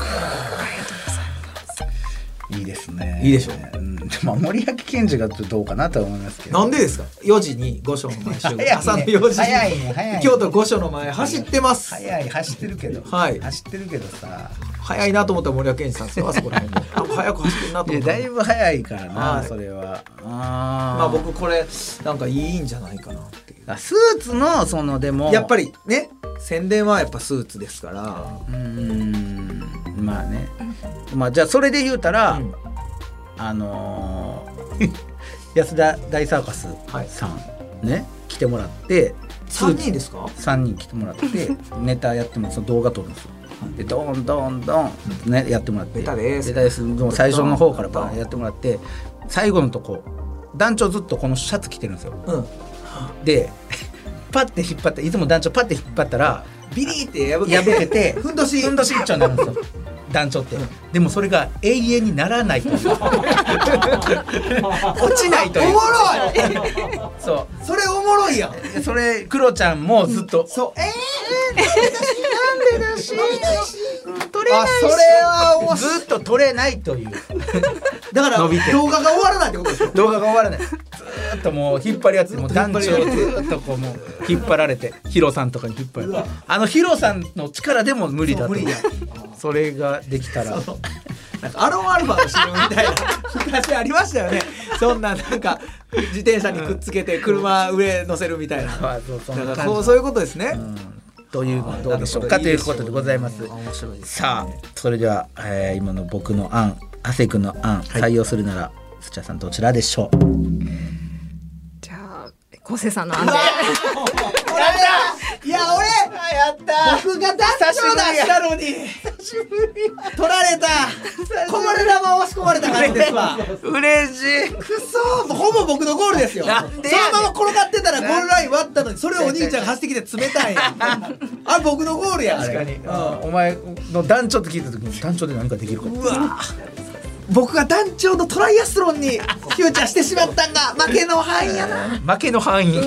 [SPEAKER 1] いいですね
[SPEAKER 2] いいでしょ
[SPEAKER 1] う、ん、でも森脇健児がちょっとどうかなとは思いますけど
[SPEAKER 2] なんでですか4時に御所の前集合
[SPEAKER 1] 早いね
[SPEAKER 2] 朝の4時
[SPEAKER 1] 早いね早いね
[SPEAKER 2] に京都御所の前走ってます
[SPEAKER 1] 早い走ってるけど、
[SPEAKER 2] はい
[SPEAKER 1] 走ってるけどさ
[SPEAKER 2] 早いなと思ったら森脇健児さんですよあそこら辺 でなんか早く走ってんなと
[SPEAKER 1] いや
[SPEAKER 2] 思った
[SPEAKER 1] だいぶ早いからな、
[SPEAKER 2] はい
[SPEAKER 1] それはあ
[SPEAKER 2] まあ
[SPEAKER 1] あ
[SPEAKER 2] 僕これなんかいいんじゃないかなっていう
[SPEAKER 1] スーツのそのでも
[SPEAKER 2] やっぱ
[SPEAKER 1] り
[SPEAKER 2] りね宣伝はやっぱスーツですから
[SPEAKER 1] うーんまあねまあじゃあそれで言うたら、
[SPEAKER 2] うん
[SPEAKER 1] あのー 安田大サーカスさん、ね来てもらってスー
[SPEAKER 2] 3
[SPEAKER 1] ツ
[SPEAKER 2] 人ですか
[SPEAKER 1] 3人来てもらってネタやってもらってその動画撮るんですよでドンドンドンってねやってもらって
[SPEAKER 2] ベタです
[SPEAKER 1] ベタですもう最初の方からバーンやってもらって最後のとこ団長ずっとこのシャツ着てるんですよ
[SPEAKER 2] うん
[SPEAKER 1] でパッて引っ張っていつも団長パッて引っ張ったら
[SPEAKER 2] ビリーって破けて
[SPEAKER 1] 破けて
[SPEAKER 2] ふんどし
[SPEAKER 1] ふんどし一丁になるんですよ団長って、でもそれが永遠にならないという落ちないと
[SPEAKER 2] お
[SPEAKER 1] いう
[SPEAKER 2] もろい
[SPEAKER 1] そ
[SPEAKER 2] それおもろいやん
[SPEAKER 1] うでそれクロちゃんもずっと、
[SPEAKER 2] そうえ
[SPEAKER 1] なんでだし取れな
[SPEAKER 2] あ
[SPEAKER 1] いし
[SPEAKER 2] それは面白い
[SPEAKER 1] ずっと取れないという
[SPEAKER 2] だから動画が終わらないってことでしょ
[SPEAKER 1] 動画が終わらないずーっともう引っ張り合ってもう団長ずーっとこうもう引っ張られてヒロさんとかに引っ張られてあのヒロさんの力でも無理だと
[SPEAKER 2] 無理や
[SPEAKER 1] それができたら
[SPEAKER 2] なんかアロンアルファの CM みたいな 昔ありましたよねそんななんか自転車にくっつけて車上乗せるみたいな
[SPEAKER 1] まあそうそんな感
[SPEAKER 2] だか
[SPEAKER 1] じ
[SPEAKER 2] らこうそういうことですね、
[SPEAKER 1] というのはどうでしょう
[SPEAKER 2] な
[SPEAKER 1] か
[SPEAKER 2] る
[SPEAKER 1] と
[SPEAKER 2] ほど
[SPEAKER 1] いうことでございます
[SPEAKER 2] あ面白いです
[SPEAKER 1] さあそれでは、えー今の僕の案亜生君の案採用するなら、土屋さんどちらでしょう
[SPEAKER 5] じゃあ昴生さんの案で
[SPEAKER 2] いや俺やった僕がダッシュを出したのに取られたこぼれ玉を押し込まれた感じですわ
[SPEAKER 3] 嬉しい
[SPEAKER 2] くそーほぼ僕のゴールですよ
[SPEAKER 3] なんで
[SPEAKER 2] そ
[SPEAKER 3] やねん
[SPEAKER 2] のまま転がってたらゴールライン割ったのにそれをお兄ちゃんが走ってきて冷 たいやんあれ僕のゴールや確
[SPEAKER 1] うんお前の団長って聞いた時に団長で何かできるか
[SPEAKER 2] うわ僕が団長のトライアスロンにフューチャーしてしまったんが負けの範囲やな
[SPEAKER 1] 負けの範囲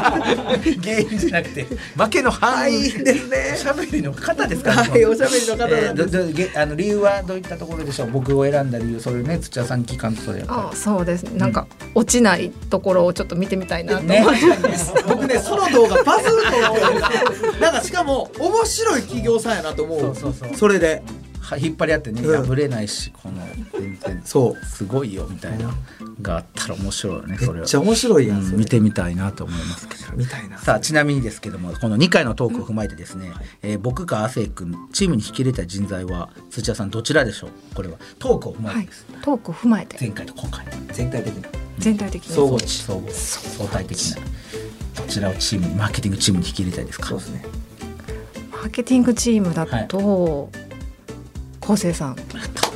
[SPEAKER 1] 原因じゃなくて負けの範囲
[SPEAKER 2] 範囲ですね
[SPEAKER 1] おしゃべりの方ですから、
[SPEAKER 2] はいおしゃべりの方
[SPEAKER 1] え
[SPEAKER 2] な
[SPEAKER 1] ー
[SPEAKER 2] ん
[SPEAKER 1] ど
[SPEAKER 2] です、
[SPEAKER 1] どげあの理由はどういったところでしょう僕を選んだ理由それね土屋さんに聞かんとそれやっぱり
[SPEAKER 5] あそうですなんか落ちないところをちょっと見てみたいなと思い
[SPEAKER 1] ね
[SPEAKER 5] ます
[SPEAKER 2] 僕ねその動画バズると思うんですよなんかしかも面白い企業さんやなと思う
[SPEAKER 1] そうそうそう
[SPEAKER 2] それで
[SPEAKER 1] は引っ張り合ってね
[SPEAKER 2] うん
[SPEAKER 1] 破れないし、この全然
[SPEAKER 2] そう
[SPEAKER 1] すごいよみたいながあったら面白いよねそれ
[SPEAKER 2] めっ
[SPEAKER 1] は
[SPEAKER 2] ちゃ面白いやん、
[SPEAKER 1] うん
[SPEAKER 2] それ
[SPEAKER 1] 見てみたいなと思いますけど
[SPEAKER 2] みたいな
[SPEAKER 1] さあちなみにですけどもこの2回のトークを踏まえてですね、えー僕か亜生君チームに引き入れたい人材は土屋さんどちらでしょうこれはトークを踏まえ
[SPEAKER 5] は
[SPEAKER 1] て
[SPEAKER 5] い
[SPEAKER 1] です、、
[SPEAKER 5] トークを踏まえて
[SPEAKER 1] 前回と今回
[SPEAKER 2] 全体的に
[SPEAKER 5] 全体的に
[SPEAKER 2] そう
[SPEAKER 1] 相互相対的などちらをチームにマーケティングチームに引き入れたいですか
[SPEAKER 2] そうですね
[SPEAKER 5] マーケティングチームだと昴、生さん
[SPEAKER 1] やっ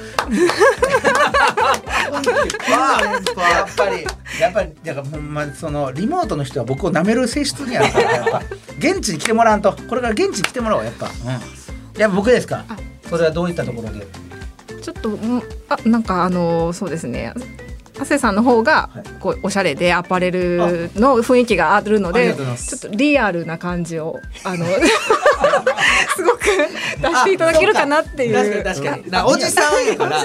[SPEAKER 1] ぱりやっぱりだからほんまそのリモートの人は僕を舐める性質にあるからやっぱ現地に来てもらわんとこれから現地に来てもらおうやっぱ、うん、やっぱ僕ですか
[SPEAKER 5] あ
[SPEAKER 1] それはどういったところで
[SPEAKER 5] ちょっとうんあなんかあのそうですね亜生さんの方がこうおしゃれでアパレルの雰囲気があるの
[SPEAKER 2] ありが
[SPEAKER 5] で
[SPEAKER 2] とうございます
[SPEAKER 5] ちょっとリアルな感じをあ のすごく出していただけるかなっていう
[SPEAKER 2] 確かに確かになおじさんやから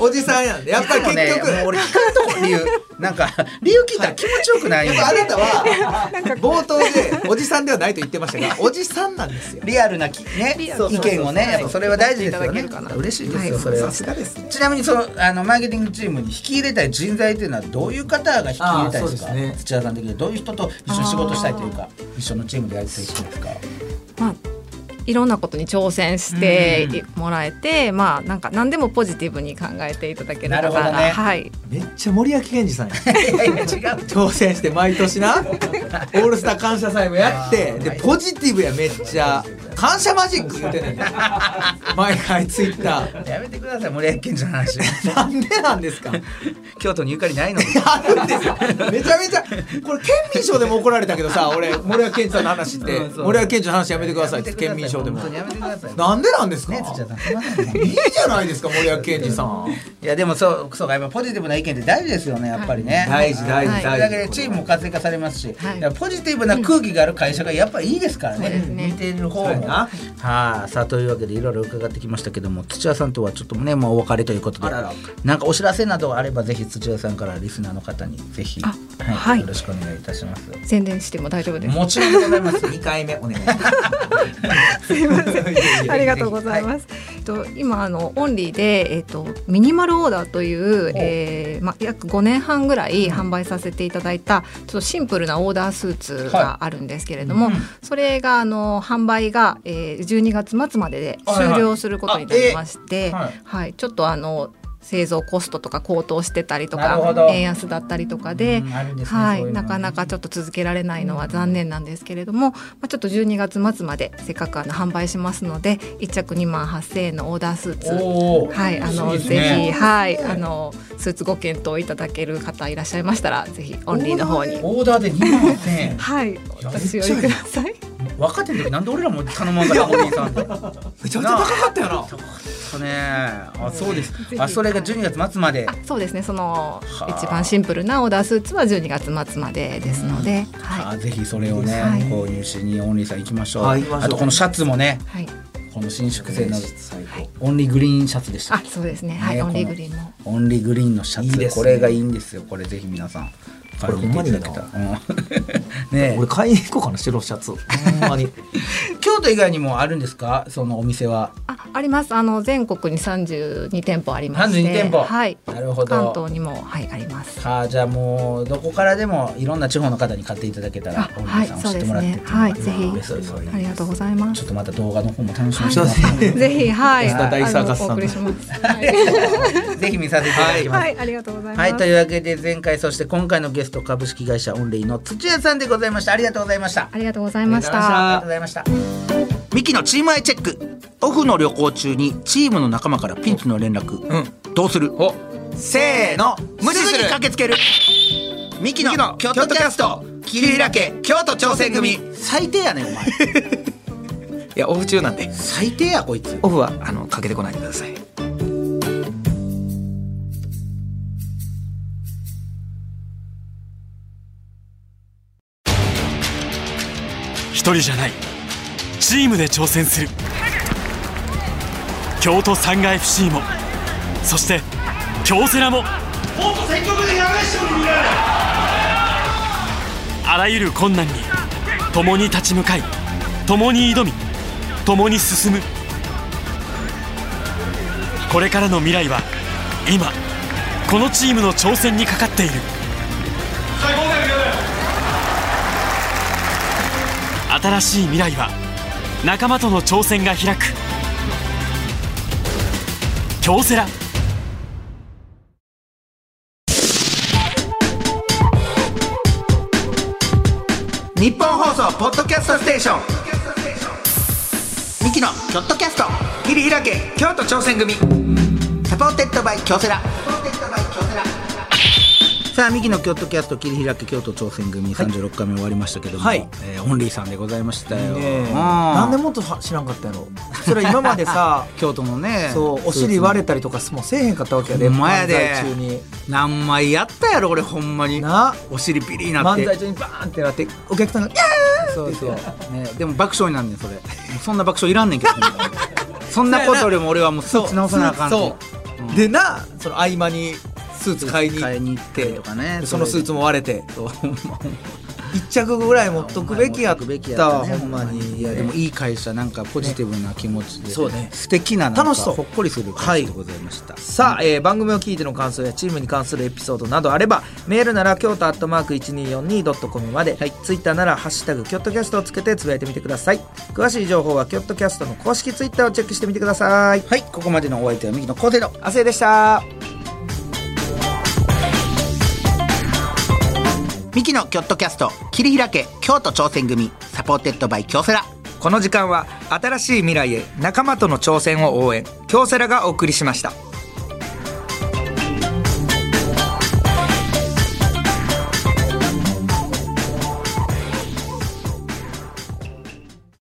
[SPEAKER 2] おじさんやんでやっぱり結局、
[SPEAKER 1] もう俺聞かんとこ理由なんか理由聞いたら気持ちよくないん
[SPEAKER 2] やっ
[SPEAKER 1] や
[SPEAKER 2] ぱあなたは冒頭でおじさんではないと言ってましたがおじさんなんですよ
[SPEAKER 1] リアルなき、ね、
[SPEAKER 5] リアルな
[SPEAKER 1] 意見をね
[SPEAKER 5] はい
[SPEAKER 1] やっぱそれは大事ですよ
[SPEAKER 5] いただけ
[SPEAKER 1] ね
[SPEAKER 5] るかな
[SPEAKER 1] 嬉しいですよ、
[SPEAKER 5] はい
[SPEAKER 1] それは
[SPEAKER 2] さすがですね
[SPEAKER 1] ちなみにそのあのマーケティングチームに引き入れたい人材というのはどういう方が引き入れたいです
[SPEAKER 2] あー
[SPEAKER 1] か
[SPEAKER 2] そうですね
[SPEAKER 1] 土屋さん的にはどういう人と一緒に仕事したいというか一緒のチームでやりたい人ですか
[SPEAKER 5] まあいろんなことに挑戦してもらえて、まあなんか何でもポジティブに考えていただける方
[SPEAKER 1] なる
[SPEAKER 5] が、
[SPEAKER 1] ほどね
[SPEAKER 5] はい
[SPEAKER 2] めっちゃ森脇健児さんや
[SPEAKER 1] いやいや違う
[SPEAKER 2] 挑戦して毎年な オールスター感謝祭もやってでポジティブやめっちゃ感謝マジック言っ てんねん毎回ツイッター
[SPEAKER 1] やめてください森脇健児の話
[SPEAKER 2] なんでなんですか
[SPEAKER 1] 京都にゆかりないのに
[SPEAKER 2] あるんですよめちゃめちゃこれ県民賞でも怒られたけどさ俺森脇健児さんの話って
[SPEAKER 1] うんそう
[SPEAKER 2] 森脇健児の話やめてくださいっ
[SPEAKER 1] やめ
[SPEAKER 2] て
[SPEAKER 1] てくださ
[SPEAKER 2] 県
[SPEAKER 1] い
[SPEAKER 2] 民賞でも
[SPEAKER 1] 本当にやめてください
[SPEAKER 2] なんでなんですかい
[SPEAKER 1] ね土
[SPEAKER 2] いじ
[SPEAKER 1] 屋さんすいませんね
[SPEAKER 2] ゃないですか森脇健児さん
[SPEAKER 1] いやでもそうそうかやっぱポジティブな意見って大事ですよねやっぱりね、
[SPEAKER 2] 大事大事
[SPEAKER 5] はい
[SPEAKER 2] 大事
[SPEAKER 1] だからチームも活性化されますし、
[SPEAKER 5] はい
[SPEAKER 1] だからポジティブな空気がある会社がやっぱいいですからね,、
[SPEAKER 5] そうですね
[SPEAKER 1] 見てる方
[SPEAKER 2] そうや
[SPEAKER 1] も
[SPEAKER 2] な
[SPEAKER 1] はいさあというわけでいろいろ伺ってきましたけども土屋さんとはちょっとねもうお別れということで
[SPEAKER 2] あらら
[SPEAKER 1] なんかお知らせなどあればぜひ土屋さんからリスナーの方にぜひ、
[SPEAKER 5] あ
[SPEAKER 1] はい
[SPEAKER 5] はい
[SPEAKER 1] よろしくお願いいたします。
[SPEAKER 5] 宣伝しても大丈夫です。
[SPEAKER 1] もちろんでございます。
[SPEAKER 2] 2回目お願いします
[SPEAKER 5] すいませ
[SPEAKER 2] い やいやい
[SPEAKER 5] ん。
[SPEAKER 2] や
[SPEAKER 5] ありがとうございます。えっと今あのオンリーでえっとミニマルオーダーという、えー、ま約5年半ぐらい販売させていただいたちょっとシンプルなオーダースーツがあるんですけれども、それがあの販売が、えー、12月末までで
[SPEAKER 1] はいはい
[SPEAKER 5] 終了することになりまして、
[SPEAKER 1] あえー
[SPEAKER 5] は、
[SPEAKER 1] はい
[SPEAKER 5] ちょっとあの製造コストとか高騰してたりと
[SPEAKER 1] なるほ
[SPEAKER 5] か
[SPEAKER 1] ど
[SPEAKER 5] 円安だったりとかで、
[SPEAKER 1] うんあるんですね
[SPEAKER 5] は
[SPEAKER 1] そういうの
[SPEAKER 5] い、な
[SPEAKER 1] ね
[SPEAKER 5] かなかちょっと続けられないのは残念なんですけれども、まあ、ちょっと12月末までせっかくあの販売しますので1着2万8000円のオーダースーツ
[SPEAKER 1] おー
[SPEAKER 5] はい、あの
[SPEAKER 1] いいです
[SPEAKER 5] ぜ
[SPEAKER 1] ね
[SPEAKER 5] ひ、はい、あのスーツご検討いただける方いらっしゃいましたらぜひオンリーの方に
[SPEAKER 1] オーダーで2万8000円。
[SPEAKER 5] はいお立ち寄りください
[SPEAKER 1] 若手の時なんで俺らも頼まんかったお兄さんと。
[SPEAKER 2] めちゃめちゃ高かったよな
[SPEAKER 1] そうね。あ、そうです
[SPEAKER 5] ぜ。ひ
[SPEAKER 1] あ、それが12月末まで
[SPEAKER 5] あ。そうですねその
[SPEAKER 1] はあ
[SPEAKER 5] 一番シンプルなオーダースーツは12月末までですので、は
[SPEAKER 1] あ
[SPEAKER 5] い、
[SPEAKER 1] ぜひそれをね、
[SPEAKER 5] はい
[SPEAKER 1] 購入しにオンリーさん行きましょう。
[SPEAKER 2] はい行きましょう
[SPEAKER 1] あとこのシャツもね、
[SPEAKER 5] はい、
[SPEAKER 1] この伸縮性の
[SPEAKER 2] 最高
[SPEAKER 1] オンリーグリーンシャツでした
[SPEAKER 5] あ
[SPEAKER 1] っけ。
[SPEAKER 5] そうですねはい
[SPEAKER 1] ね
[SPEAKER 5] オンリーグリーンも。
[SPEAKER 1] オンリーグリーンのシャツ
[SPEAKER 2] いいですね
[SPEAKER 1] これがいいんですよ。これぜひ皆さん。
[SPEAKER 2] これほんまにいいな
[SPEAKER 1] 買っていただけたらうん ねえ
[SPEAKER 2] 俺買いに行こうかな白シャツほんまに
[SPEAKER 1] 京都以外にもあるんですかそのお店は
[SPEAKER 5] あ、あります。あの全国に三十二店舗ありまして、
[SPEAKER 1] 32店舗
[SPEAKER 5] はい。
[SPEAKER 1] なるほど
[SPEAKER 5] 関東にもはいあります。
[SPEAKER 1] はあじゃあもうどこからでもいろんな地方の方に買っていただけたら
[SPEAKER 5] あ
[SPEAKER 1] オンリ
[SPEAKER 5] は
[SPEAKER 1] ー
[SPEAKER 5] い
[SPEAKER 1] さんを
[SPEAKER 5] そ
[SPEAKER 1] 知
[SPEAKER 5] う
[SPEAKER 1] っ
[SPEAKER 5] で
[SPEAKER 1] て
[SPEAKER 5] す
[SPEAKER 1] もらってってい
[SPEAKER 5] ね
[SPEAKER 1] うのが
[SPEAKER 5] はいぜひ
[SPEAKER 1] 嬉しいですよね
[SPEAKER 5] ありがとうございま
[SPEAKER 1] ちょ
[SPEAKER 5] す
[SPEAKER 1] っ。とまた動画の方も楽しみにして
[SPEAKER 2] そう
[SPEAKER 1] ま、
[SPEAKER 2] ですすね
[SPEAKER 5] ぜひはい。
[SPEAKER 2] 安田大サーカスさん
[SPEAKER 5] あのお送りします。は い、
[SPEAKER 1] ぜひ見させていただきます。は
[SPEAKER 5] はいいありがとうございます。
[SPEAKER 1] というわけで前回そして今回のゲスト株式会社オンリーの土屋さんでございましたありがとうございました
[SPEAKER 5] ありがとうございまし
[SPEAKER 2] ありがとうございました
[SPEAKER 5] た。
[SPEAKER 1] ありがとうございましたミキのチームアイチェックオフの旅行中にチームの仲間からピンチの連絡、
[SPEAKER 2] うん
[SPEAKER 1] どうする
[SPEAKER 2] せーの無視
[SPEAKER 1] す
[SPEAKER 2] す
[SPEAKER 1] ぐに
[SPEAKER 2] る
[SPEAKER 1] 駆けつけるミキの京都キャスト
[SPEAKER 2] 桐平家京都挑戦組い
[SPEAKER 1] 最低やねんお 前
[SPEAKER 2] やオフ中なんで
[SPEAKER 1] 最低やこいつ
[SPEAKER 2] オフはあのかけてこないでください
[SPEAKER 6] 一人じゃないチームで挑戦する京都サンガ FC もそして京セラもあらゆる困難に共に立ち向かい共に挑み共に進むこれからの未来は今このチームの挑戦にかかっている新しい未来は仲間との挑戦が開く京セラ
[SPEAKER 1] 日本放送ポッドキャストステーションミキのキョットキャスト切り開け京都挑戦組サポーテッドバイ京セラさあミキのキョットキャスト切り開け京都挑戦組36回目終わりましたけども、
[SPEAKER 2] はい
[SPEAKER 1] えーオンリーさんでございましたよ、うん
[SPEAKER 2] なんでもっとは知らんかったやろそ れは今までさ
[SPEAKER 1] 京都のね
[SPEAKER 2] そうお尻割れたりとかもうせえへんかったわけやで
[SPEAKER 1] ほんまやで
[SPEAKER 2] 漫才中に
[SPEAKER 1] 何枚やったやろ俺ほんまに
[SPEAKER 2] な
[SPEAKER 1] お尻ピリになっ
[SPEAKER 2] 漫
[SPEAKER 1] て
[SPEAKER 2] 才中にバーンってなってお客さんが「イエーそうそう
[SPEAKER 1] ね、でも爆笑になんねんそれもうそんな爆笑いらんねんけどほ んまにそんなことよりも俺はもうスーツ直さなあかんし
[SPEAKER 2] そう、でなその合間にスーツ買いに
[SPEAKER 1] 買いに行
[SPEAKER 2] 行っ
[SPEAKER 1] っててとかね
[SPEAKER 2] そのスーツも割れて
[SPEAKER 1] そうほんまほんま
[SPEAKER 2] 一着ぐらい持っとくべきやった
[SPEAKER 1] 持っとくべきやった
[SPEAKER 2] わ
[SPEAKER 1] ね
[SPEAKER 2] ほんまに
[SPEAKER 1] いやでもいい会社なんかポジティブな気持ちで、
[SPEAKER 2] そうね
[SPEAKER 1] 素敵ななんか
[SPEAKER 2] 楽しそう
[SPEAKER 1] ほっこりする会社でございました、
[SPEAKER 2] さあ、えー番組を聞いての感想やチームに関するエピソードなどあればメールなら京都アットマーク 1242.com まで、ツイッターなら「ハッシュタグキョットキャスト」をつけてつぶやいてみてください詳しい情報はキョットキャストの公式ツイッターをチェックしてみてください
[SPEAKER 1] はいここまでのお相手は右のコーデロ
[SPEAKER 2] 亜生でした
[SPEAKER 7] ミキのキョットキャスト切り開け京都挑戦組サポーテッドバイ京セラ
[SPEAKER 2] この時間は新しい未来へ仲間との挑戦を応援京セラがお送りしました